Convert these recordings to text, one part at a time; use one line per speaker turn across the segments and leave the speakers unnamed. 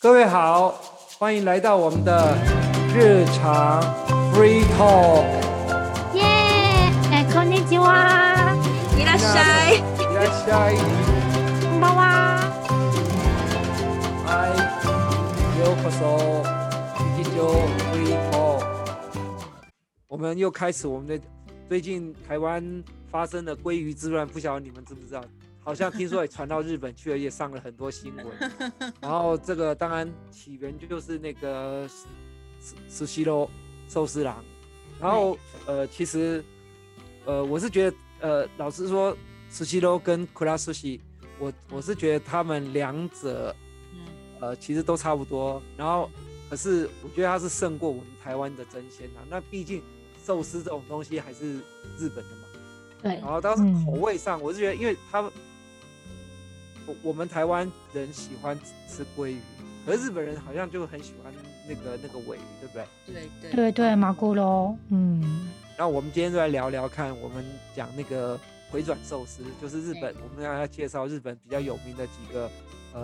各位好，欢迎来到我们的日常 free talk。
耶，哎，こんにちは，
伊拉塞，
いらっしゃい。
こんばんは。
嗨，ようこそ。一九 free talk。我们又开始我们的最近台湾发生的鲑鱼之乱，不晓得你们知不知道？好像听说也传到日本去了，也上了很多新闻。然后这个当然起源就是那个寿寿司喽，寿司郎。然后呃，其实呃，我是觉得呃，老实说，寿司喽跟 k u r a s u 我我是觉得他们两者
嗯，
呃其实都差不多。然后可是我觉得它是胜过我们台湾的真鲜啊。那毕竟寿司这种东西还是日本的嘛。
对
然，后当时
嗯
口味上，我是觉得，因为他们，我我们台湾人喜欢吃鲑鱼，可是日本人好像就很喜欢那个那个尾鱼，对不对？
对对
对对，马古罗，嗯，
然后我们今天就来聊聊看，我们讲那个回转寿司，就是日本，我们要来介绍日本比较有名的几个呃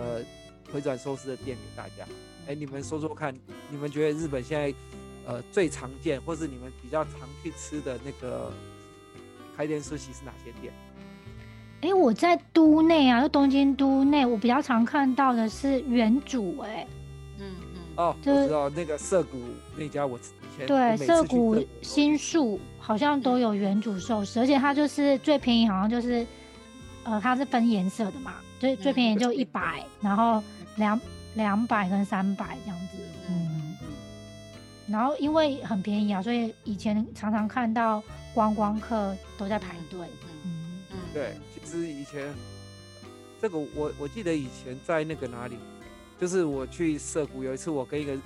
回转寿司的店给大家。哎，
嗯
你们说说看，你们觉得日本现在呃最常见，或是你们比较常去吃的那个开店寿喜是哪些店？
哎，我在都内啊，就东京都内，我比较常看到的是原主，哎，
嗯嗯，
哦，
就
我
是
知道那个涩谷那家，我以前我
对，
每次
涩
去
谷
都
新宿好像都有原主寿司，而且它就是最便宜，好像就是，呃，它是分颜色的嘛，最最
嗯
便宜就
对
一百，然后两两百跟三百这样子，嗯
嗯，
然后因为很便宜啊，所以以前常常看到观光客都在排队，
嗯
嗯，
嗯，
对，其实以前这个我我记得以前在那个哪里，就是我去涩谷有一次，我跟一个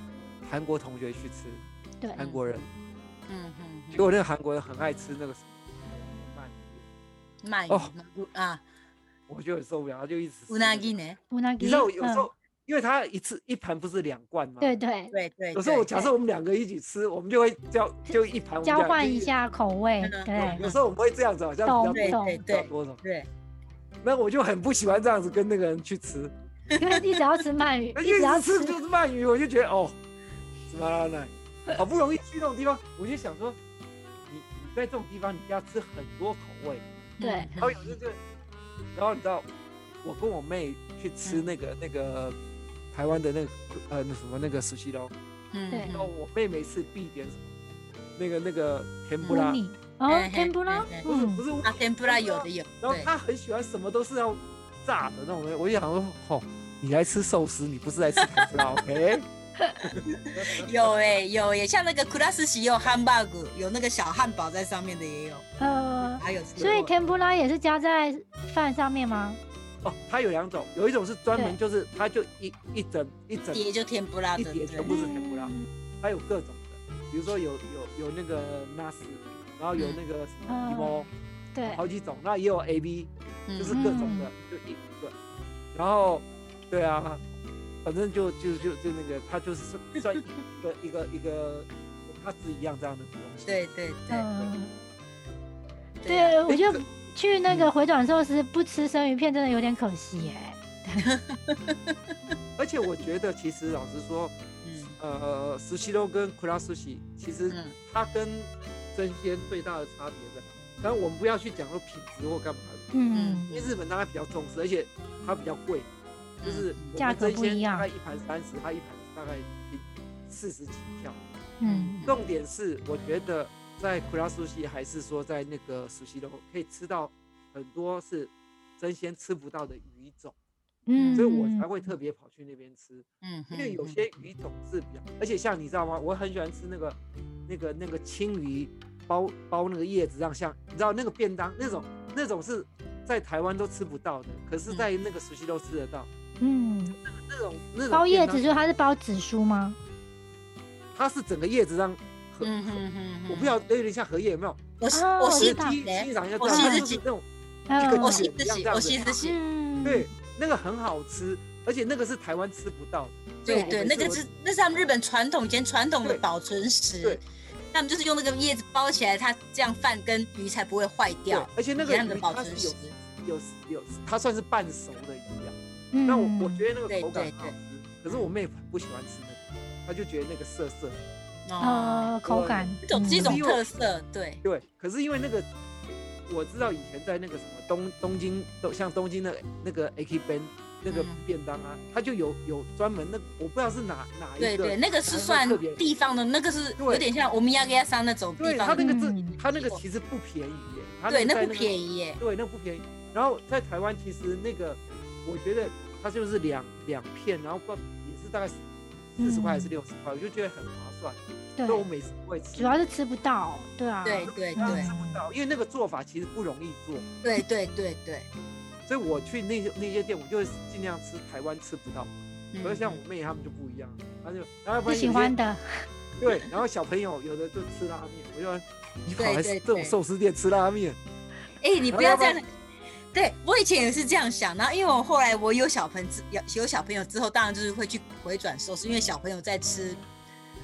韩国同学去吃
对，
韩国人，
嗯嗯，
结果那个韩国人很爱吃那个鳗鱼，
鳗
哦
鱼啊，
我就很受不了，他就一直吃
乌
那
拉
个
吉呢？
乌那
你
吉，
知道我有时
嗯
候，因为他一次一盘不是两罐吗？
对。对，
对对，
有时候我
对
假设我们两个一起吃，我们就会叫就一盘我们
交
俩就
换一。下口味
嗯，嗯
对
有，时候我们会这样子，好像比较
懂
多
懂
对
比较
对
多种。
对，
那我就很不喜欢这样子跟那个人去吃，
因为一直要吃鳗 鱼，
那
一直要
一直
吃
吃，就是鳗鱼，我就觉得哦，怎么了呢？好不容易去那种地方，我就想说，你你在这种地方你要吃很多口味，
对
然后有时就，然后你知道，我跟我妹去吃
嗯
那个那个台湾的那个呃那什么那个熟悉捞，
嗯
对
然后我妹每次必点什么那个那个甜不
乌
拉，
米，哦，
嗯
天不拉
嗯嗯，
不是不
嗯，
是乌米
啊，天ぷら有的有，
然后
对
他很喜欢什么都是要炸的那种人，我就想说，吼、你来吃寿司，你不是来吃甜不辣 ，OK？
有哎有耶，像那个库拉斯喜有汉堡骨，有那个小汉堡在上面的也有，
呃，
还有这个
所以天不拉也是加在饭上面吗？
哦，它有两种，有一种是专门
对
就是它就一一整一整
碟就天不拉
一
的，
碟
对
全部是甜不辣，
嗯
它有各种的，比如说有有有那个纳斯，然后有那个什么
嗯
提猫，
对，
好几种，那也有 A B，
嗯
就是各种的，就一个，然后对啊，反正就就就就那个，它就是算算一个一个一个，它是一样这样的东西。
对对对
嗯，
对，
对，我觉
这
得
个
去那个回转寿司不吃生鱼片真的有点可惜耶。
而且我觉得其实老实说，
嗯
呃，石溪肉跟库拉苏西，其实
嗯
它跟真鲜最大的差别在哪？当然我们不要去讲说品质或干嘛的，
嗯，
因为日本大家比较重视，而且它比较贵，就是我
价
们
格
真
不一
鲜
样
大概一盘三十，它一盘大概四十起跳。
嗯，
重点是，我觉得在库拉苏西还是说在那个熟悉肉可以吃到很多是真鲜吃不到的鱼种，
嗯，
所以我才会特别跑去那边吃。
嗯，
因为有些鱼种是比较，而且像你知道吗？我很喜欢吃那个、那个、那个青鱼，包包那个叶子让像，你知道那个便当那种那种是在台湾都吃不到的，可
嗯
是在那个熟悉都吃得到。
嗯，
那种那种
包叶
便当
子，就它是包紫苏吗？
它是整个叶子让荷，
嗯嗯嗯，
我不知道有点像荷叶有没有？
我是
哦
我
我
是
是
知道
欣欣赏一下，
我
知道
是
它
日
就是
记
那种
嗯
个
我
字
是自己，我
啊
是自己，
嗯，
对，那个很好吃，而且那个是台湾吃不到的。所以
对
我
对，
每次
那个
我
是那是他们日本传统以前传统的
对
保存食
对，
他们就是用那个叶子包起来，它这样饭跟鱼才不会坏
对
掉，，
而且那
一
个
样的
鱼
保
它
存
是
食
有。有有，它算是半熟的鱼啊。
嗯，
那我我觉得那个
对
口感
嗯对
很好
对嗯
吃，可是我妹不喜欢吃那个，她就觉得那个涩涩的。
哦，
呃，口感
这种是一
嗯
种特色，对，
对，可是因为那个我知道以前在那个什么东东京，都像东京的那个 AK Ben 那个
嗯
便当啊，它就有有专门那我不知道是哪哪一
对
个，
对，那个是算
特别
地方的，那个是
对
有点像欧米亚给亚桑那种地
对
方
它
的
那，个字
嗯，
它那个其实不便宜耶，它
对，
那
那
个在
不便
宜，
宜耶，
对，那不便宜。然后在台湾其实那个我觉得它就是两两片，然后不知道也是大概四十块还是
嗯
六十块，我就觉得很划算，
对
所以，我每次都会吃。
主要是吃不到，对啊，
对对
当
对
然吃不到，因为那个做法其实不容易做。
对对对对，
所以我去那些那些店，我就会尽量吃台湾吃不到。
嗯
可是像我妹她们就不一样，她就然后不然
不
有
喜
些
欢的，
对，然后小朋友有的就吃拉面，我就说你跑
对
来
对
这种
对
寿司店吃拉面，
哎、你不要这
哦
样。对我以前也是这样想，然后因为我后来我有小朋友之有有小朋友之后，当然就是会去回转寿司，因为小朋友在吃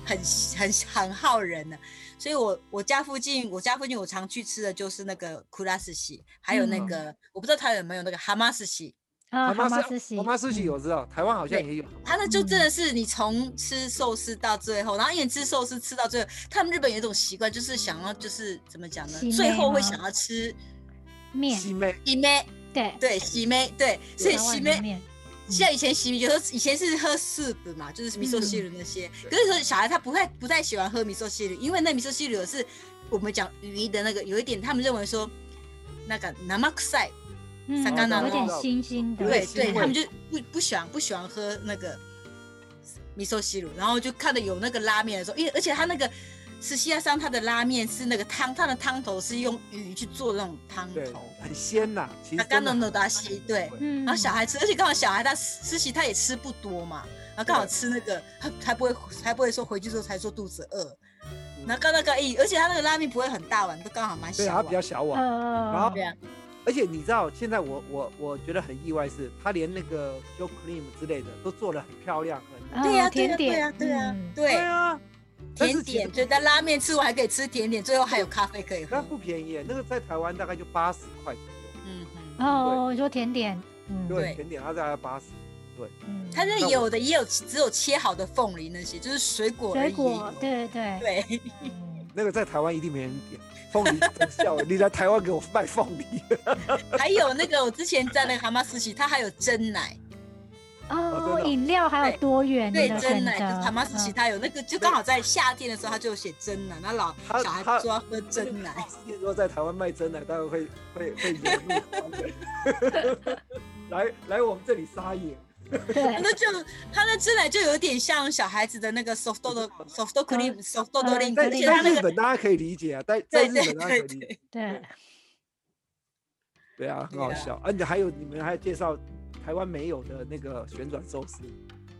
很很很耗人呢、所以我我家附近我家附近我常去吃的就是那个库拉斯西，还有那
嗯
个、我不知道他有没有那个哈马斯西，
呃，
妈
蛤
妈
蟆吃喜，
妈妈寿喜
嗯
我知道，台湾好像
对
也有，
他那就真的是你从吃寿司到最后，然后因为你吃寿司吃到最后，他们日本有一种习惯，就是想要就是怎么讲呢
洗？
最
内
后会
吗
想要吃
嗯面，
西妹
一妹，
对，
对洗妹，对，所以
台湾
洗
的
妹
面，
像以前洗米，有时候以前是喝 soup 嘛，就是米寿西鲁那些。可是说小孩他不太不太喜欢喝米寿西鲁，因为那米寿西鲁是我们讲鱼的那个有一点，他们认为说那个 namasai，
嗯
三干
的
有
那
点
种
腥腥的，
有点
对对，
腥味
他们就不不喜欢不喜欢喝那个米寿西鲁，然后就看到有那个拉面的时候，因为而且他那个石西亚上他的拉面是那个汤，他的汤头是用鱼去做那种汤
对
头，，
很鲜呐，其实
那干
真的很
弄的达西对。
嗯，
然后啊小孩吃，而且刚好小孩他吃吃起他也吃不多嘛，然后刚好
对
吃那个，他他不会才不会说回去之后才说肚子饿
嗯，
然后刚那个一，而且他那个拉面不会很大碗，都刚好蛮
对，
小
它
碗
比，较小碗，然后
呃，
对啊，
而且你知道现在我我我觉得很意外是，它连那个 s h o w cream 之类的都做的很漂亮，很
呃
对呀对呀啊
甜
对呀
点，
对呀
嗯
对
啊，但
甜
是其实
点，就在拉面吃完还可以吃甜点，最后还有咖啡可以
那
喝，
不便宜耶，那个在台湾大概就八十块左右，
嗯嗯，
哦，你说甜点，嗯，
对，
对
甜点它大概八十。
嗯
他
那
那
我
有的也有只有切好的凤梨那些，就是水果而
水
已，
果，对对，
对，
嗯
那个在台湾一定没人点，凤梨真笑了，你来台湾给我卖凤梨，
还有那个我之前在那个蛤蟆斯奇，他还有蒸奶，
真
哦
的，哦
饮料还有
对
多元的
对，
选择，
真奶就是蛤蟆斯奇，
嗯
它有那个，就刚好在夏天的时候，它就有写真奶，那老
他
小孩
他
说要喝真奶，
如果在台湾卖真奶，当然会 会会惹怒 来来我们这里撒野，
嗯对，
那就它那真奶就有点像小孩子的那个 soft
我知
的
道
soft cream soft
嗯
cream，
在
而且
在
它那
日
个
本大家可以理解啊，在在
对
日
对
本大家可以
对
理解，
对，
对，
对啊，很
对
好
啊
笑。而且还有你们还介绍台湾没有的那个旋转寿司，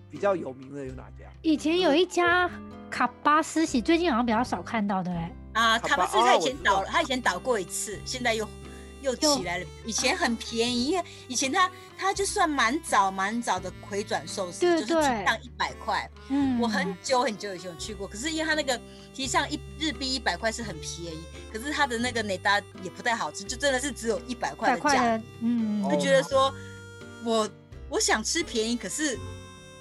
比较有名的有哪家？
以前有一家卡巴斯喜，最近好像比较少看到的哎，
啊，
好吧
卡巴斯
哦
它以
我
前
知道
倒了，它以前倒过一次，现在又又起来了，以前很便宜，因为以前它它就算蛮早蛮早的回转寿司，
对
就是
对
提上一百块，
嗯，
我很久很久以前有去过，可是因为它那个提上一日币一百块是很便宜，可是它的那个内搭也不太好吃，就真的是只有一百块
百
的价
块
格，
的，嗯，
哦
就觉得说我我想吃便宜，可是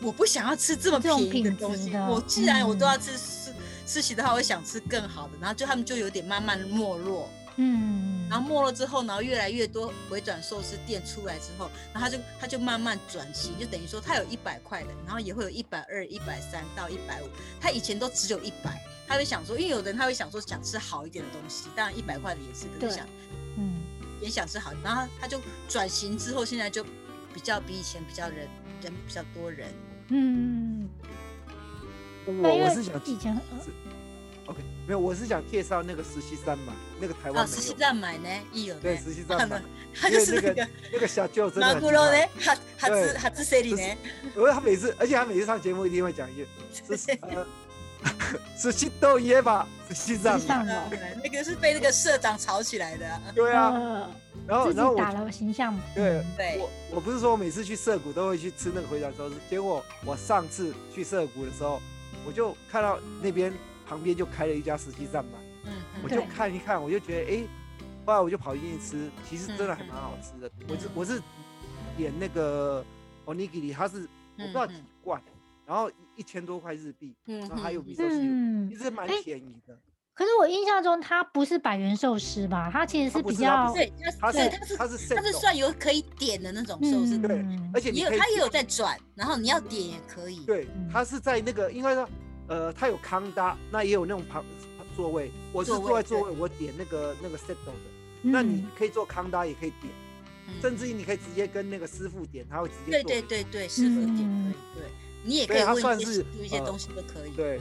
我不想要吃这么
这种
便宜的
品
东
质
西。
的
我既然我都
嗯
要吃吃吃席的话，我想吃更好的，然后就他们就有点慢慢没落。
嗯，
然后没落之后，然后越来越多回转寿司店出来之后，然后他就他就慢慢转型，就等于说他有一百块的，然后也会有一百二、一百三到一百五。他以前都只有一百，他会想说，因为有的人他会想说想吃好一点的东西，当然一百块的也是，可
对
是想
嗯，
也想吃好，然后他就转型之后，现在就比较比以前比较人人比较多人。
嗯，
我
那因
我
为
是想
以前呃
是 OK，没有，我是想介绍那个实习三嘛，那个台
啊，
湾没
实习
有，
站买呢，一有呢，
对，实习三嘛，
他
因
就
为那
是那
个
个
那个小舅真的
马
很
古
厉
罗
害
呢，，哈哈
对
兹哈兹塞里呢，
我说他每次，而且他每次上节目一定会讲一句， 是呃，是西豆耶吧，是西藏
是。上
啊
楼，
那个是被那个社长炒起来的啊。
对啊，
呃
然后
自己
然后
打
我
了形象，
对
嗯
对，
我我不是说我每次去涩谷都会去吃那个回转寿司，结果我上次去涩谷的时候，我就看到那边旁边就开了一家石器站嘛，
嗯，
我
嗯
就
对
看一看，我就觉得哎、诶后来我就跑进去吃，其实真的
嗯
还蛮好吃的。我是我是点那个 onigiri，它是我不知道
嗯
几
嗯
罐，然后一千多块日币，
嗯
然后还有米寿司，
嗯
其，实蛮
哎
便宜的。
可是我印象中它不是百元寿司吧？它其实
它
是
不
比
是它
较
不
对，
它
它是
是
它是
它是
它
set
是
种
算有可以点的那种寿司，
对
嗯
而且你
也有
可以
它也有在转，然后你要点也可以。
对
嗯，
它是在那个，因为呢，呃，它有康搭，那也有那种旁座位，我是
座位
坐在座
对
位，我点那个那个 set 的，那你
嗯
可以做康搭，也可以点，
嗯
甚至于你可以直接跟那个师傅点，他会直接
对
做。
对对对，师傅点可以
嗯，
对你也可
对
以
它
问
算
一些
是
有一些
呃
东西都可以。
对，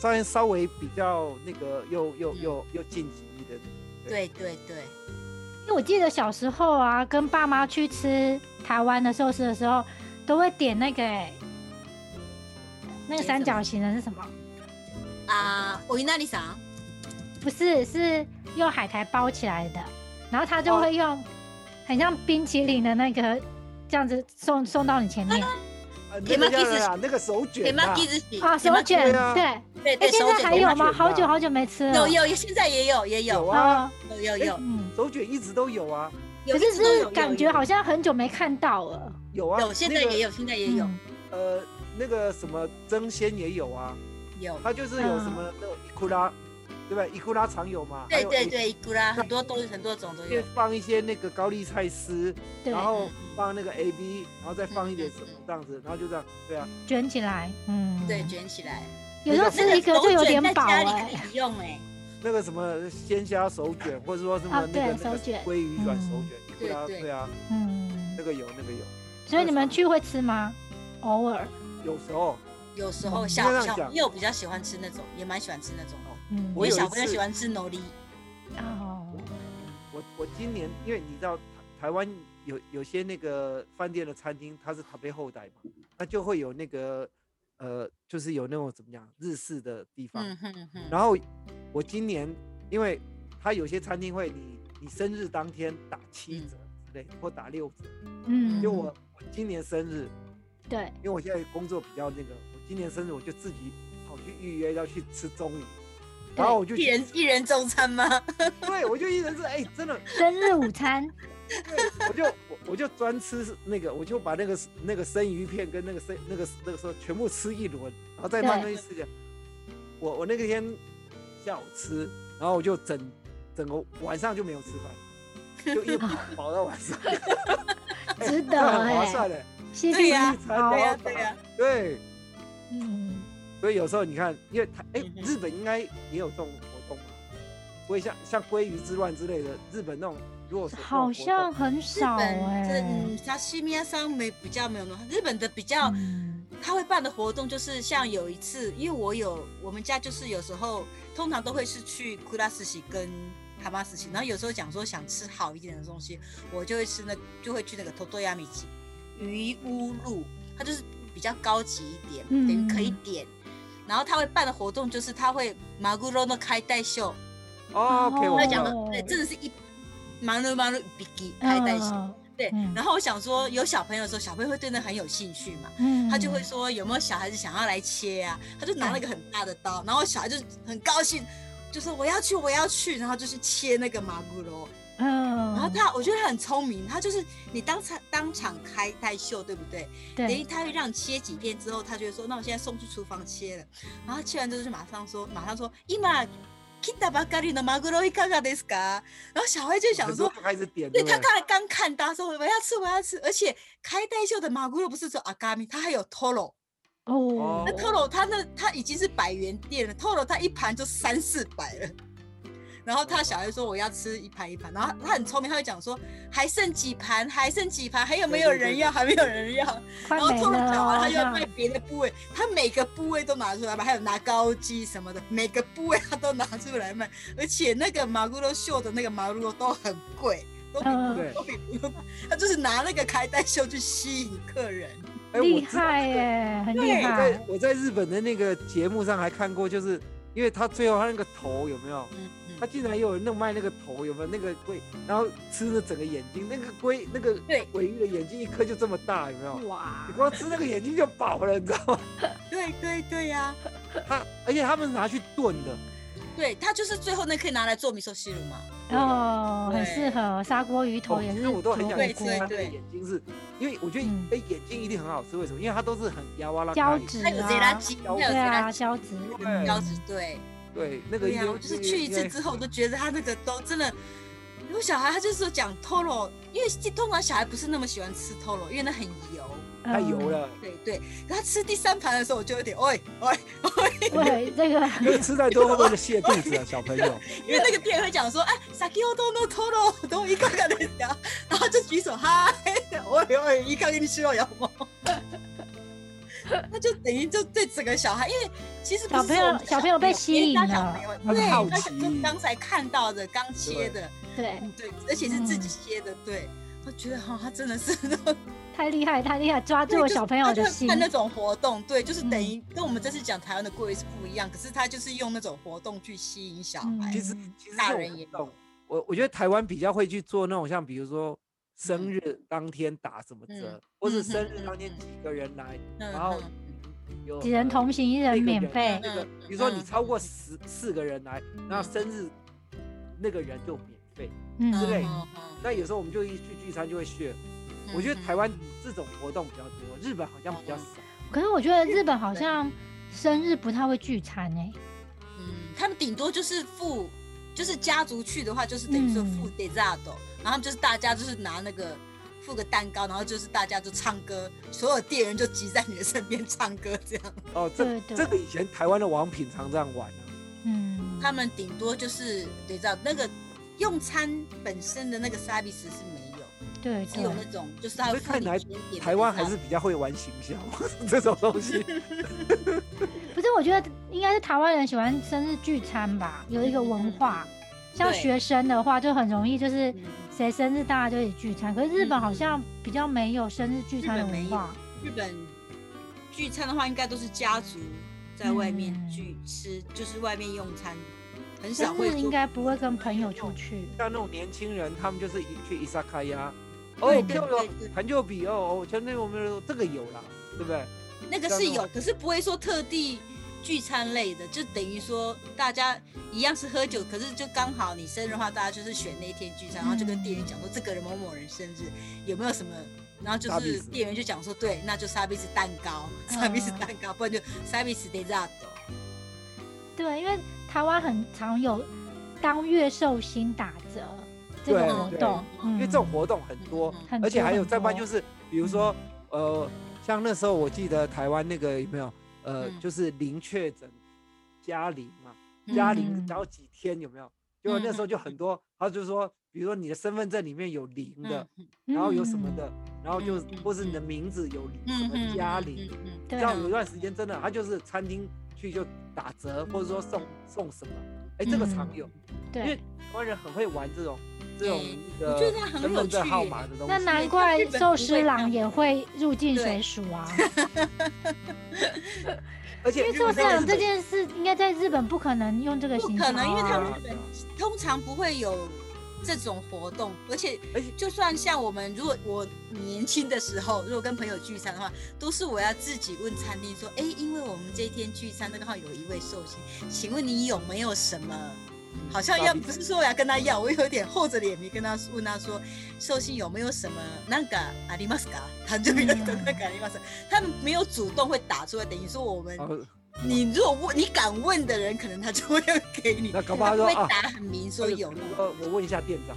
稍微稍微比较那个又又
嗯
又又晋级的
对对对，
因为我记得小时候啊，跟爸妈去吃台湾的寿司的时候，都会点那个、欸、那个三角形的是什么？
啊，我云那里桑，
不是，是用海苔包起来的，然后他就
哦
会用很像冰淇淋的那个这样子送送到你前面
呃，
铁
那
马
个叫
其实
什么啊那个手
对
卷
吗？
啊，
鸡子饼
啊，手
对
卷
啊
对。哎，
对对，
现
手
在
卷
还有
手
吗？
卷
好久
吧
好久没吃
有
了。
有有，现在也有也
有
有
啊
啊，
有有有，
嗯，
手卷一直都有啊，
有
可
一
是
直都
是
有
感觉好像很久没看到了。
有啊，
有，现在也
有
有，现在也有
嗯
呃那个什么蒸鲜也有啊，
有，
它就是有什么那个伊库拉，对吧？伊库拉常有嘛，还
嗯对
有
对
伊
对，古拉很多东西很多种都
就
有，
放一些那个高丽菜丝，
对
然，后
嗯嗯
放那个 A B，然后再放一点
嗯嗯
什么
嗯
这样子，然后就这样，对啊，
卷起来，嗯，
对，卷起来。
有时候
那
吃一个就有点饱
手卷在家
哎
里。可以用哎，
那个什么鲜虾手卷，或者说什么
啊
那个
对
那个
手卷
鲑鱼软手
嗯
卷，伊库拉
对对
对啊，
嗯
那，个有那个有，
所以你们去会吃吗？偶尔，
有时候
有时候
嗯
应该这
小
样
小
讲
朋友比较喜欢吃那种，也蛮喜欢吃那种哦。
嗯，
我
因
有
为小
一
朋友
次啊
喜欢吃 牛力，
哦，
我我今年因为你知道台台湾有有些那个饭店的餐厅，它是台北后代嘛，那就会有那个呃，就是有那种怎么讲日式的地方，
嗯哼哼，
然后我今年，因为他有些餐厅会你你生日当天打七折之类，或打六折。
嗯，
因为我我今年生日，
对，
因为我现在工作比较那个，我今年生日我就自己跑去预约要去吃中午，然后我就
一
觉
人一人中餐吗？
得对我就一人是哎、真的，
生日午餐，
对我就我我就专吃那个，我就把那个那个生鱼片跟那个生那个那个时候全部吃一轮，然后再慢慢
对
去吃掉。我我那个天下午吃，然后我就整整个晚上就没有吃饭，就 一直跑跑到晚上，
值得
那很划
哎，
算的。
谢
对
谢
呀
你
一餐
好啊
都 要
对，呀啊对呀
打对，
嗯，
所以有时候你看，因为它哎、
嗯哼
日本应该也有这种活动嘛，不会像像鲑鱼之乱之类的日本那种，如果是那种
好
活动
像很
日
少
本这
哎，
嗯，沙西米亚桑没比较没有那么，日本的比较、
嗯
他会办的活动就是像有一次，因为我有我们家就是有时候通常都会是去库拉斯喜跟哈巴斯喜，然后有时候讲说想吃好一点的东西，我就会吃那就会去那个托多亚米吉鱼屋路，它就是比较高级一点，
嗯
等于可以点。然后他会办的活动就是他会马古罗的开带秀，
哦，OK，我
他
知
哦
讲的
道
对，真的是一马鲁马鲁比基开带秀。
嗯
对
嗯，
然后我想说，有小朋友的时候，小朋友会对那很有兴趣嘛，
嗯，
他就会说有没有小孩子想要来切啊？他就拿了一个很大的刀，然后小孩就很高兴，就说我要去，我要去，然后就去切那个马古罗。
嗯，
然后他，我觉得他很聪明，他就是你当场当场开带秀，对不对？等于
对，
他会让你切几片之后，他就会说，那我现在送去厨房切了。然后切完之后就马上说，马上说，今。切ったばかりのマグロいかがですか？然后小孩就想
很
说
嗯
多，开始点，
对
不
他刚才刚看到说我要吃我要吃，而且开袋秀的马古肉不是只有阿嘎米，它还有 Toro。
哦
那，Toro 它那它已经是百元店了，Toro 它一盘就三四百了。然后他小孩说我要吃一盘一盘，然后他很聪明，他会讲说还剩几盘，还剩几盘，还有没有
对对
人
对
要？还没有人要。
快
然后
没
偷了
了
讲完，他
哦，好
又要卖
像
别的部位，他每个部位都拿出来卖，还有拿高鸡什么的，每个部位他都拿出来卖，而且那个马古罗秀的那个马古罗都很贵， 都比
嗯
对
都比不用，他就是拿那个开袋秀去吸引客人。
哎
厉。
我知道
害哎，很厉
对
我
害
在，我在日本的那个节目上还看过，就是因为他最后他那个头有没有？
嗯
他竟然有人弄卖那个头有没有？那个龟，然后吃了整个眼睛，那个龟那个
对
尾鱼的眼睛一颗就这么大，有没有？
哇
你，光吃那个眼睛就饱了，你知道吗？
对对对呀、
他而且他们拿去炖的，
对他就是最后那可以拿来做米寿西鲁嘛，
哦，很适
对
合砂锅鱼头也
其
是
实哦我都很想
煮火
去
吃
吃
锅
对
它
对
的眼睛是，因为我觉得
嗯
哎眼睛一定很好吃，为什么？因为它都是很压哇啦
胶
开
质
还有
啊
贼拉鸡，还有
对
对
贼
啊，
拉鸡，
胶质，
对
标志对。
对啊那个
嗯对
一
呀、
定
我就是去一次之后，我都觉得他那个都真的，有小孩他就是说讲 Toro，因为通常小孩不是那么喜欢吃 Toro，因为那很油，
太
嗯
油了，
对对。可他吃第三盘的时候，我就有点，哎喂喂喂，
嗯。对，这个
因为吃太多会不会泻肚子啊，小朋 友？
因为那个店会讲说，哎，Saki o no Toro，都一个个的讲，然后就举手嗨，喂喂，一个给你吃肉有吗？那就等于就对整个小孩，因为其实不是
小朋友
说我们
小朋友被吸引
因为他小
了
朋友
他是好
对，他
奇
就刚才看到的，刚切的。
对
对，而且是自己切
嗯
的，对。我觉得哈、他真的 是那种
太厉害，太厉害，抓住了小朋友
他就
的嗯
是
心。
办那种活动，对，就是等于跟我们这次讲台湾的贵是不一样，可是他就是用那种活动去吸引小孩。
其实
嗯
其实
大
这种
人也
活动我我觉得台湾比较会去做那种像比如说生日当天打什么折，
嗯
或
嗯
是
哼
生日
嗯
当天
嗯
几个人来，
嗯
然后
嗯
有
几人
呃
同行，一人
那个
免
人
费。
那个
嗯
比如说你
嗯
超过
嗯
十四个人来，那生日那个人就免费。
嗯，
之类
嗯
那有时候我们就一去聚餐就会 share。
嗯
我觉得
嗯哦
台湾这种活动比较多，日本好像比较少。
可是我觉得日本好像生日不太会聚餐哎、
嗯，他们顶多就是付，就是家族去的话，就是等于说付 d e
嗯
s a d o 然后就是大家就是拿那个付个蛋糕，然后就是大家就唱歌，所有店员就集在你的身边唱歌这样。
哦，这
对对
这个以前台湾的王品常这样玩啊。
嗯，
他们顶多就是得知道那个用餐本身的那个 service 是没有，
对
只有
对
那种就是他
所
会
以
付
看
你
来
甜点的
台湾
dessert
还是比较会玩行销 这种东西。
不是，我觉得应该是台湾人喜欢生日聚餐吧，有一个文化。像
对
学生的话，就很容易就是
嗯
谁生日大家就一起聚餐。可是日本
嗯
好像比较没有生日聚餐
日
的
本没
文
有
化。
日本聚餐的话，应该都是家族在外面聚吃，就是外面用餐，很少
生
会
日
说
应该不会跟朋友出去。
像那种年轻人，他们就是一去伊萨卡呀，
对
哦，
嗯对
就有
对对
很久比哦，哦，前面我们这个有啦，对不对？
那个是有，可是不会说特地聚餐类的，就等于说大家一样是喝酒，可是就刚好你生日的话，大家就是选那一天聚
嗯
餐，然后就跟店员讲说这个人某某人生日有没有什么。然后就
沙比
是
斯
店员就讲说，对，那就沙比斯蛋糕，
嗯
沙比斯蛋糕，不然就沙比斯 d e s a t
对，因为台湾很常有当月寿星打折这个
对
活
嗯
对
动，
因
因为这种活动很多，
很
嗯
而且
多
还有
嗯很
再不然
多
就是，比如说，呃，像那时候我记得台湾那个有没有，呃，
嗯
就是零确诊嘉玲嘛，嘉
嗯
玲然后几天有没有？结果那时候就很多，他就说，比如说你的身份证里面有零的，然后有什么
嗯
的，然后就
嗯嗯
或是你的
嗯
名字有什
嗯
么嘉玲，，
对
像
啊
有一段时间真的，他就是餐厅去就打折，或者说
嗯
送送什么，哎，这个常有，因为
对
台，湾人很会玩这种这种
哎
那个
嗯我觉得很
身
有
份证
趣
号
耶
码的东
那
西。
难怪
日本
寿
不
司
会
郎
让
也会入境
对
水署 啊，
而
因
且
为
日
寿
本
司
在
郎
日
这
本
件事应该在日本不可能用这个
不
形
可
象啊，
能，因为他们
啊
日本通常不会有这种活动，而且
而且
就算像我们，如果我年轻的时候，如果跟朋友聚餐的话，都是我要自己问餐厅说，哎，因为我们这一天聚餐，刚好有一位寿星，请问你有没有什么？好像要
嗯
不是说我要跟他要，我有点厚着脸皮跟他问他说，寿星有没有什么那个阿里马斯卡，他就没有那个阿里马斯，他们没有主动会打出来，等于说我们
哦，
你如果问你敢问的人，可能他就会给你，
那搞不好
不
说
会
啊
打很明说
那就
有那
呃，我问一下店长，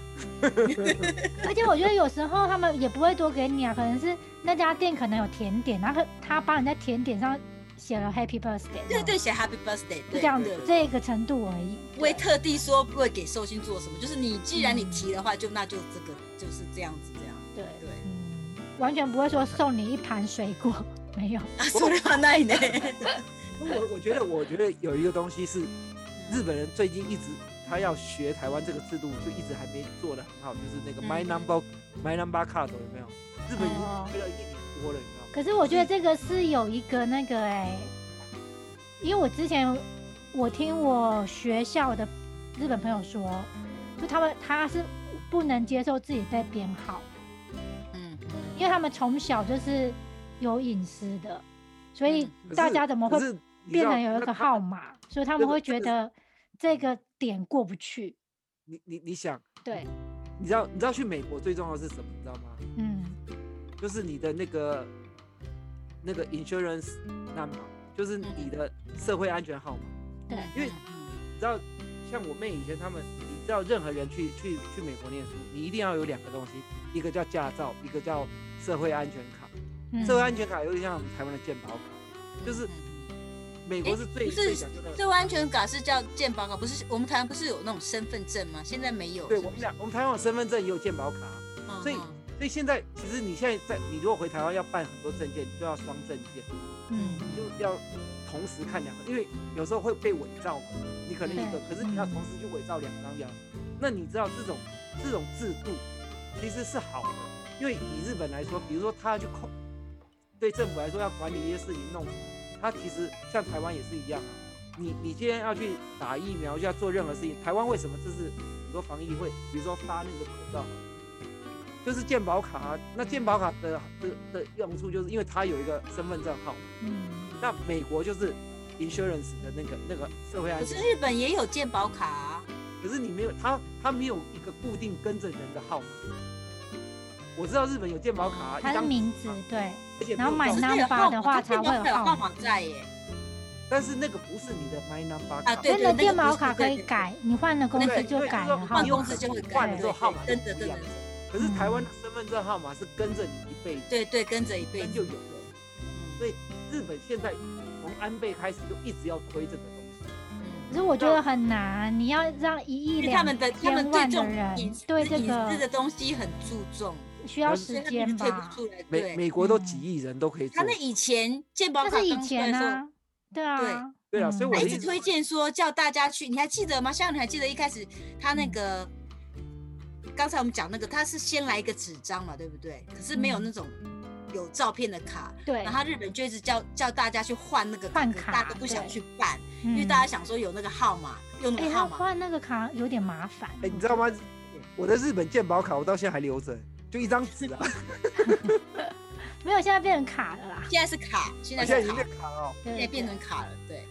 而且我觉得有时候他们也不会多给你啊，可能是那家店可能有甜点，然后他帮你在甜点上写了 Happy Birthday，
对对，写 Happy Birthday，
就
对
这样
对
子
对
这个程度而已。
不会特地说不会给寿星做什么，就是你既然你提的话，就那就这个
嗯
就是这样子这样。
对
对
嗯，完全不会说送你一盘水果， 没有，
啊，说的话那一呢？
我我觉得我觉得有一个东西是 日本人最近一直他要学台湾这个制度，就一直还没做的很好，就是那个
嗯
My Number、My Number Card 有没有？日本已
哦
经推了一年多了，有没有？
可是我觉得这个是有一个那个哎、因为我之前我听我学校的日本朋友说，就他们他是不能接受自己被编号，
嗯，
因为他们从小就是有隐私的，所以
可是
大家怎么
可
会
是你知
变
道
成有一
那
个
他
号码，所以他
这
们
个
会
这
觉
个
得这个点过不去。
你你你想，
对，
你知道你知道去美国最重要的是什么，你知道吗？
嗯，
就是你的那个那个 insurance number，就是你的社会安全号码。
对
因
嗯
为你知道，像我妹以前他们，你知道任何人去去去美国念书，你一定要有两个东西，一个叫驾照，一个叫社会安全卡。
嗯
社会安全卡有点像我们台湾的健保卡，就是美国是最
嗯不是
最讲究的。
这安全卡是叫健保卡，不是我们台湾不是有那种身份证吗？现在没有。
对
是
我
不
们
是
俩，我们台湾有身份证也有健保卡，
嗯
所以
嗯
所以现在其实你现在在你如果回台湾要办很多证件，你就要双证件，
嗯
你就要同时看两个，因为有时候会被伪造嘛，你可能一个，可是你要同时去伪造两张表。那你知道这种这种制度其实是好的，因为以日本来说，比如说他要去控，对政府来说要管理一些事情弄，他其实像台湾也是一样啊。你你今天要去打疫苗，就要做任何事情，台湾为什么这是很多防疫会，比如说发那个口罩，就是健保卡、啊。那健保卡的的的用处就是因为它有一个身份证号，
嗯，
那美国就是 insurance 的那个那个社会安
可是
全，
日本也有健保卡、啊，
可是你没有它，它没有一个固定跟着人的号码。我知道日本有健保卡，啊
它
一
是
张
名
纸
字
嘛，
对，
而且
然后
没有
买
号码
可是
那
有
把的
码
话
它健
才会
保
有
卡有
号
号码在耶。
但是那个不是你的 my number 卡，
啊对
真的
那个
电脑
不是
卡可
对
以
对
改，你换了公
对
司就
对
改
就是说
了号
换
你
码
有
公。司就会改，
换了之后
对
号码
对
就
跟
不一
着跟着
样，可是台湾的身份证号码是跟着你一辈子，
对对跟着一辈
人
子。
就有了。所以日本现在从安倍开始就一直要推这个东西，
嗯
可是我觉得很难，你要让一亿
因为他
两
们的他们对
千万
这
的
种
人
隐私
对这
隐
个
私的东西很注重，
需要
人
时
所以他们
间
就推不
吧？
出来。
美
对，
美国都
嗯
几亿人都可以做
他。们以前健保
那
卡
是以
刚出来
前
的时候
啊，对啊，
对啊所以
嗯
我
他
的
一
意
直
思
推荐说叫大家去，你还记得吗？像你还记得一开始他那个，刚才我们讲那个，他是先来一个纸张嘛，对不对？可是没有
嗯
那种有照片的卡，
对
然，后他日本就一直叫叫大家去换那个
换
可是
卡
大家都不想
对
去办，
因
因为大家想说有那个号码，用那
哎，
个
他
号码。
换那个卡有点麻烦，
哎、你知道吗？我的日本健保卡我到现在还留着，就一张纸啊，
没有，现在变成卡了啦。
现在是卡，现
我
在
现在已
是
经
卡
在，卡哦。
对
现在变成卡了，对。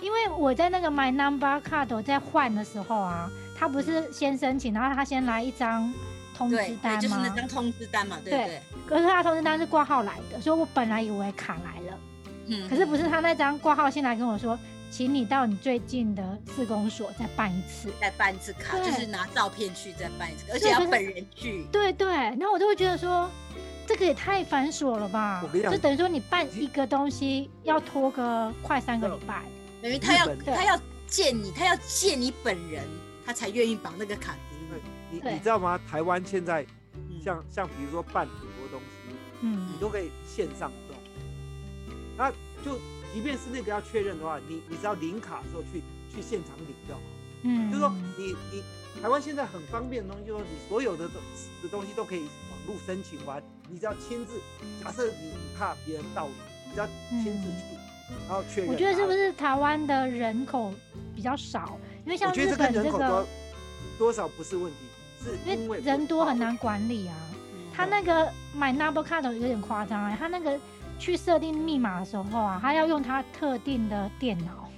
因为我在那个 My Number Card 我在换的时候啊，他不是先申请，然后他先来一张通知
对
单
对，
吗？
就是那张通知单嘛，对不对
对？可是他的通知单是挂号来的，所以我本来以为卡来了，
嗯
可是不是他那张挂号信来跟我说，请你到你最近的市公所再办一次。
再办一次卡，
对
就是拿照片去再办一次，而且
对
要
可是
本人去。
对对，然后我就会觉得说，这个也太繁琐了吧
我跟你！讲
就等于说你办
其
一个东西要拖个快三个
对
礼拜。
等于他要
日本
对
他要见你，他要见你本人，他才愿意绑那个卡给你。
你
对
你知道吗？台湾现在
嗯
像像比如说办很多东西，
嗯
你都可以线上弄。那就即便是那个要确认的话，你你只要领卡的时候去去现场领就好。
嗯，
就是说你你台湾现在很方便的东西，就是说你所有的东的东西都可以网络申请完，你只要亲自。假设你怕别人盗领，你只要亲自去，然后确认拿了。啊
嗯我觉得是不是台湾的人口比较少？因为像
我觉
日
得这
本
跟
这
人口多
个，
多少不是问题，是因
因
为
为人多很难管理啊。
嗯
他那个买 number card 有点夸张哎，他那个去设定密码的时候啊，他要用他特定的电脑，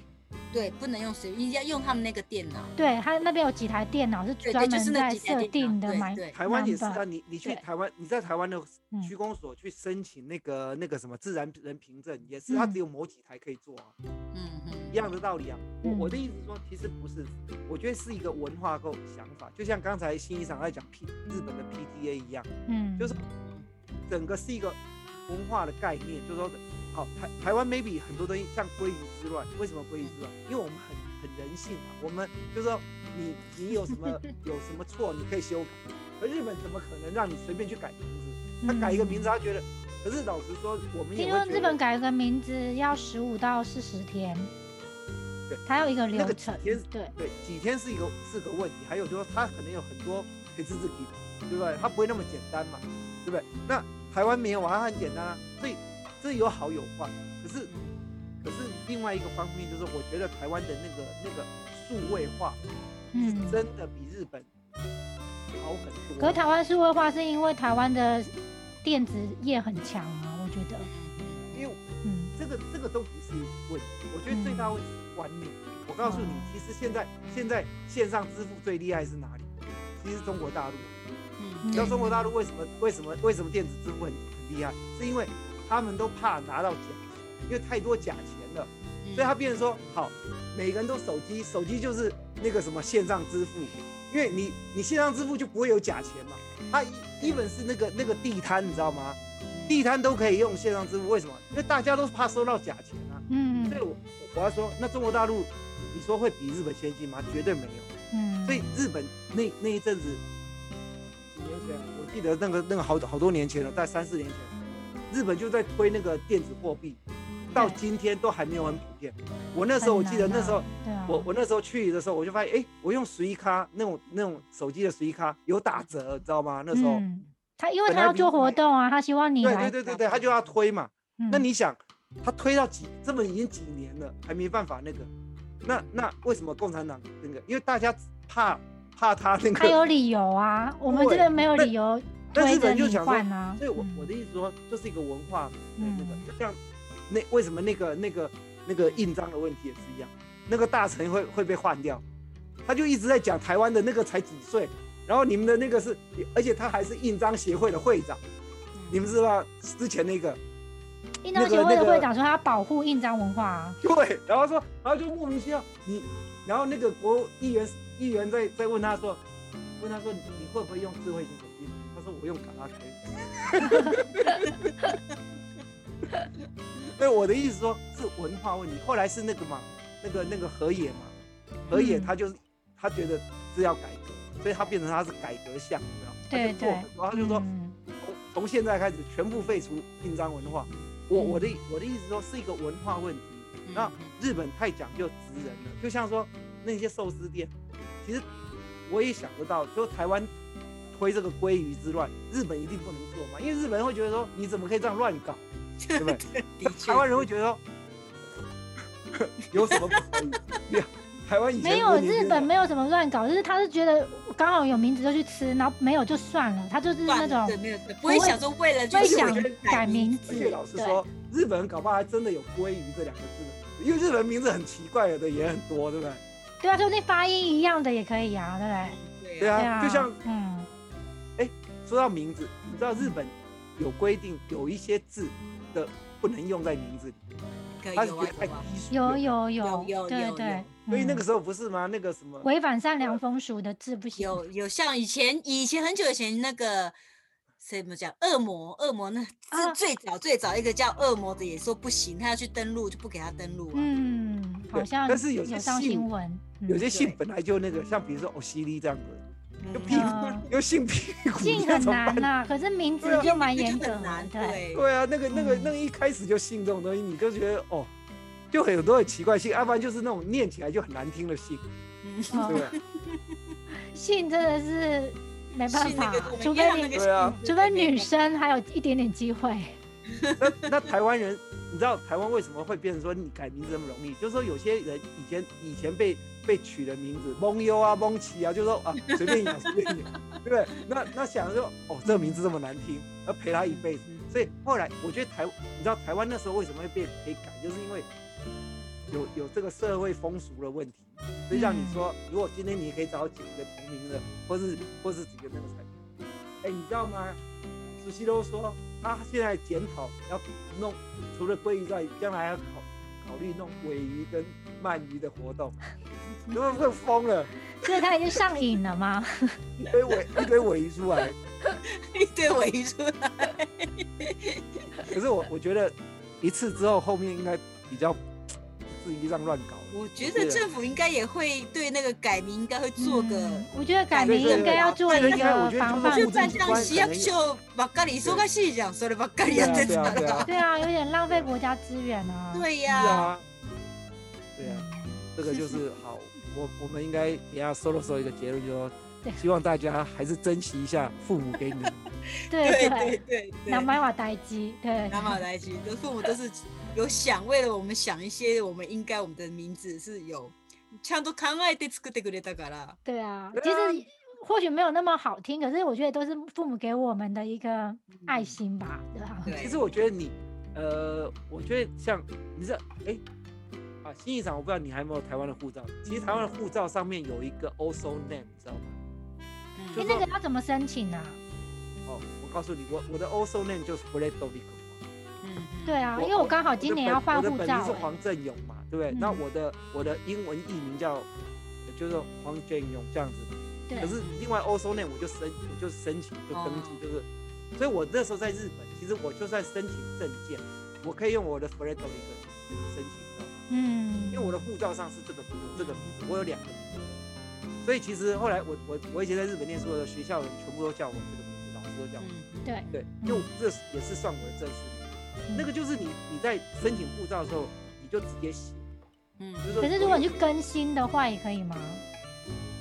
对，不能用随便，要用他们那个电脑。
对他那边有几台电脑是
对
专
对，就是那
门在
几台
设
电
定
脑
的买
对。对，
台湾也是啊，
number
你你去
对
台湾，你在台湾的
嗯
区公所去申请那个那个什么自然人凭证，也是它
嗯
只有某几台可以做啊，
嗯
一
嗯，
样的道理啊。我
嗯
我的意思是说，其实不是，我觉得是一个文化跟想法，就像刚才新一长在讲 P 日本的 PTA 一样，
嗯，
就是整个是一个文化的概念，就是说，好台台湾 maybe 很多东西像鲑鱼之乱，为什么鲑鱼之
嗯
乱？因为我们很很人性啊，我们就是说你你有什 么有什么错，你可以修改。而日本怎么可能让你随便去改名字？他改一个名字，
嗯。
他觉得，可是老实说，我们也会
听说
觉得
日本改个名字要十五到四十天
对，
它有一个
那
流
个
程
几天。
对，
对几天是一个是个问题，还有就是他可能有很多可以自己对不对？他不会那么简单嘛，对不对？那台湾没有啊，它很简单啊，所以这有好有坏，可是。可是另外一个方面就是，我觉得台湾的那个那个数位化，是
嗯。
真的比日本好很多。
可是台湾数位化是因为台湾的电子业很强啊，我觉得，
因为
嗯
这个这个个都不是问题。我觉得最大问题是观念。我告诉你，其实现在现在线上支付最厉害是哪里？其实是中国大陆。
嗯，
你知道
嗯
中国大陆为什么为什么为什么电子支付很很厉害？是因为他们都怕拿到假钱，因为太多假钱了，
嗯
所以他变成说好，每个人都手机，手机就是那个什么线上支付，因为你你线上支付就不会有假钱嘛。他一本是那个那个地摊，你知道吗？地摊都可以用线上支付，为什么？因为大家都怕收到假钱啊。
嗯
所以我我要说，那中国大陆，你说会比日本先进吗？绝对没有。
嗯，
所以日本那那一阵子，几年前我记得那个那个好好多年前了，大概三四年前，日本就在推那个电子货币，到
对
今天都还没有很普遍。我那时候我记得
很难啊
那时候
对啊，
我我那时候去的时候，我就发现，哎、我用十一卡那种那种手机的十一卡有打折，知道吗？那时候，
嗯他因为
本
他
来
要
比
做
你
活
买
动啊，他希望你
对对
来
对对对，他就要推嘛。
嗯
那你想，他推到几，这么已经几年了，还没办法那个，那那为什么共产党那个？因为大家怕怕他那
他
个。
有理由啊，我们这
对
边没有
那
理由
但
推
日本
着
人就
你
想说
换啊。
所以我
嗯
我的意思说，就是一个文化的那个，
嗯
就像那为什么那个那个那个印章的问题也是一样，那个大臣会会被换掉，他就一直在讲台湾的那个才几岁，然后你们的那个是，而且他还是印章协会的会长，你们知道之前那个
印
那
章
个
协会
那
的会
个
长说他要保护印章文化啊。
对，然后说，然后就莫名其妙你，然后那个国议员议员在在问他说，问他说你你会不会用智慧型手机？他说我用卡拉 OK。对，我的意思说是文化问题，后来是那个嘛，那个那个河野嘛，河野
嗯
他就是、他觉得是要改革，所以他变成他是改革项，目，
对对
然后他就说
嗯
从从现在开始全部废除印章文化。我我的我的意思说是一个文化问题，
嗯
那日本太讲究职人了，就像说那些寿司店，其实我也想得到，就台湾推这个鲑鱼之乱，日本一定不能做嘛，因为日本人会觉得说你怎么可以这样乱搞，对 不对？
的确
台湾人会觉得说嗯有什么不可以？ 对呀，台湾以前
没有
不是
日
那
本
种
没有什么乱搞，就是他是觉得刚好有名字就去吃，然后没有就算了，他就是那
断
种
对没有不会
不会
想说为了就
会
是
想
为了
改名
而且
字
老，实
对
说，日本人搞不好还真的有“鲑鱼”这两个字呢，因为日本名字很奇怪的也很多，对不对？
对啊，说不定发音一样的也可以啊，对不对？
对
对
啊，
对
啊，
啊，
就像
嗯
说到名字，你知道日本有规定，有一些字的不能用在名字里，
可以
他是
有
觉得
啊
太
有啊
低俗了。
有有
有有
对
有
对
有，
所以那个
嗯
时候不是吗？那个什么，
违反善良风俗的字不行，
有有像以前以前很久以前那个谁怎么讲恶魔恶魔那
啊
是最早最早一个叫恶魔的也说不行，他要去登录就不给他登录啊。
嗯，好
对
像
但是有些
上
姓
新闻，
有
嗯
些姓
对
本来就那个，像比如说欧西利这样子，
嗯
就屁股
啊，
又姓屁 股，
姓
那
很
怎么
难
办？
呐、可是名字
对啊
就蛮
这
严格
就很
的
难，
对，
对。
对啊，那个那个
嗯
那个一开始就姓这种东西，你就觉得哦，就很多很奇怪的姓，要不然就是那种念起来就很难听的姓，
嗯
对不
哦
对？
姓真的是没办
是那
法啊
个我，们
除
一样
非
那
你
个
对啊
性质
除
的
非
那
女
个
生还有一点点机会，
那那台湾人，你知道台湾为什么会变成说你改名字那么容易？就是说有些人以前以前被被取的名字蒙优啊、蒙奇啊，就说啊随便养随便养，对不对？那那想说哦这个名字这么难听，要陪他一辈子。所以后来我觉得台，你知道台湾那时候为什么会被可以改，就是因为有有这个社会风俗的问题，所以让你说，如果今天你可以找几个同名的，或是或是几个那个才。哎、你知道吗？主席都说他现在检讨要弄，除了鲑鱼之外，将来要考考虑弄尾鱼跟鳗鱼的活 动，你会不会疯了？
所以她已经上瘾了吗？
一堆尾一堆尾鱼出来，
一堆围出来，
可是我我觉得一次之后，后面应该比较不至于这样乱搞。
我觉得政府应该也会对那个改名应该会做个，
嗯我觉得改
改
名
名
应该要做一
对对对
个
我觉得
防
就是说我们
就办
范机
相
像
关
西
可
亚
能
秀ばっかり忙しいじゃん、そればっか
哎
り
对
や
啊
って
对
た
啊对啊
ら。
对啊，有点浪费国家资源啊。
对
是
呀，
啊，对啊，这个就是好，我我们应该也要收了收一个结论，就说
对
希望大家还是珍惜一下父母给你的。
对
对
对
对，对对。
南蛮瓦呆机，对，
南马来吉，都父母都是 有想，为了我们想一些我们应该我们的名字是有，ちゃんと考えて作ってくれたから。
对啊，其
对啊
实或许没有那么好听，
嗯
可是我觉得都是父母给我们的一个爱心吧，对吧？啊
对，
其实我觉得你呃，我觉得像你这哎啊，新一长，我不知道你还有没有台湾的护照。其实台湾的护照上面有一个 also name，你知道吗？
嗯
就
哎，
是
那个要怎么申请啊？
哦，我告诉你，我我的 also name 就是 f r e d o r i c o
嗯
对啊，
我
因为我刚好今年要换护
我的本
照
名
欸
是黄正勇嘛，对不对？
嗯
那我的我的英文译名叫就是黄正勇这样子。
对
可是另外 also name 我就申我就申请就登记
哦
就是，所以我那时候在日本，其实我就算申请证件，我可以用我的 f r e d o r i c 申请到。
哎嗯，
因为我的护照上是这个有这个名字，我有两个名字，所以其实后来我我我以前在日本念书的时候，学校人全部都叫我这个名字，老师都叫我，
嗯，
对
对，因为我这也是算我的正式名字。那个就是你你在申请护照的时候，你就直接写，
嗯
就是说
可是如果你去更新的话，也可以吗？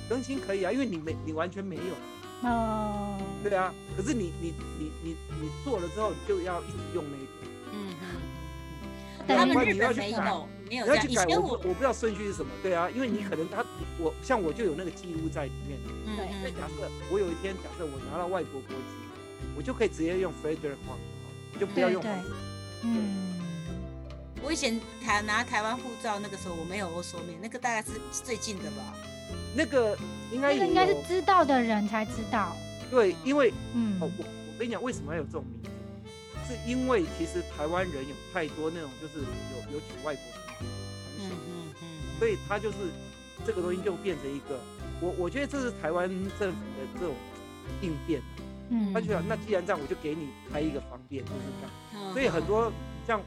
更新可以啊，因为你没你完全没有，
哦，
对啊，可是你你你你你做了之后，你就要一直用那个。
嗯嗯，他
等于
们
你
日
要
本
去
没
改
有没
你要
有这样，
去
以
改，
前
我不我不知道顺序是什么，对啊，因为你可能他我像我就有那个记录在里面，
嗯
对
所以
嗯
假设我有一天，假设我拿到外国国籍，我就可以直接用 Frederick Huang，我就不要
对
用
对
黄，
嗯，
我以前台拿台湾护照那个时候我没有欧收面，那个大概是最近的吧。
那个应该
那个
也
应该是
有
知道的人才知道，
对，因为
嗯
哦，我我跟你讲，为什么要有这种名字？是因为其实台湾人有太多那种就是有有娶外国人的
嗯
传统，
嗯嗯，
所以他就是这个东西就变成一个，我我觉得这是台湾政府的这种应变啊。
嗯
他就想，那既然这样，我就给你开一个方便，就是这样。
嗯
所以很多像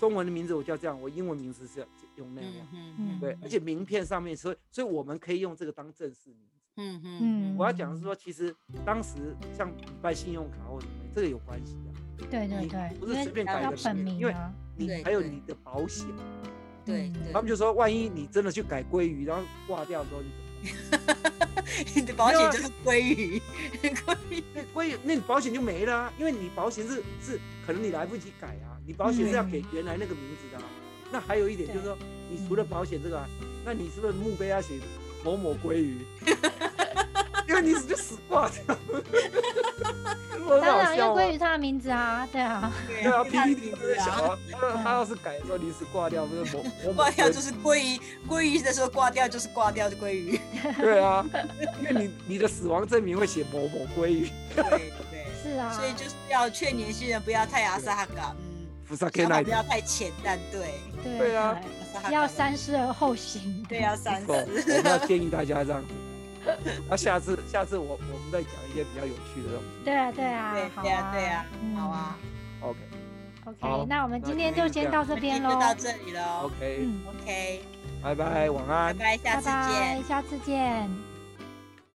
中文的名字我叫这样，我英文名字是要用那样。
嗯
对，而且名片上面，所以所以我们可以用这个当正式名字。
嗯
嗯
我要讲的是说，其实当时像礼拜信用卡或什么，这个有关系啊。
对对
你
对，
不是
因为
随便
改
要
的
本
名
名
因为
啊，
你
对
还有
对
你的保险，
对
他
对，
们就说，万一你真的去改鲑鱼，然后挂掉之后，你怎么
你的保险就是鲑鱼，鲑鱼
办？那鲑鱼，那你保险就没了、啊，因为你保险是是可能你来不及改啊，你保险是要给原来那个名字的、啊。那还有一点就是说，你除了保险这个、啊，那你是不是墓碑要写某某鲑鱼？ 因为你就死挂掉，我很
当
好
然
笑
要
啊。
归于他的名字啊，对啊，
对啊，PPT
名
不是
字
想
啊，
要，他他要是改说临时挂掉，不是某某
挂掉
某
就是鲑鱼，鲑鱼的时候挂掉就是挂掉就鲑鱼，
对啊，因为你你的死亡证明会写某某鲑鱼
对对，
是啊，
所以就是要劝年轻人不要太阿萨哈嘎，嗯，
福萨克
想
奈
法不要太浅淡，对，
对
对啊
对
阿萨哈嘎
要三思而后行，
对要三
错，
思，
我们要建议大家这样子。 那下次下次我我们再讲一些比较有趣的东西。
对啊对啊，
对
好
对啊对啊，好
啊
啊，
OK
嗯，OK，
好
那我们
那
今
今
天
天就
就
这
先
样
到
那
这
今天
边
就
喽，
到这里喽
OK，
嗯，
，OK，
拜拜，晚
拜
安。
拜，下
拜
次见。
拜，下次见。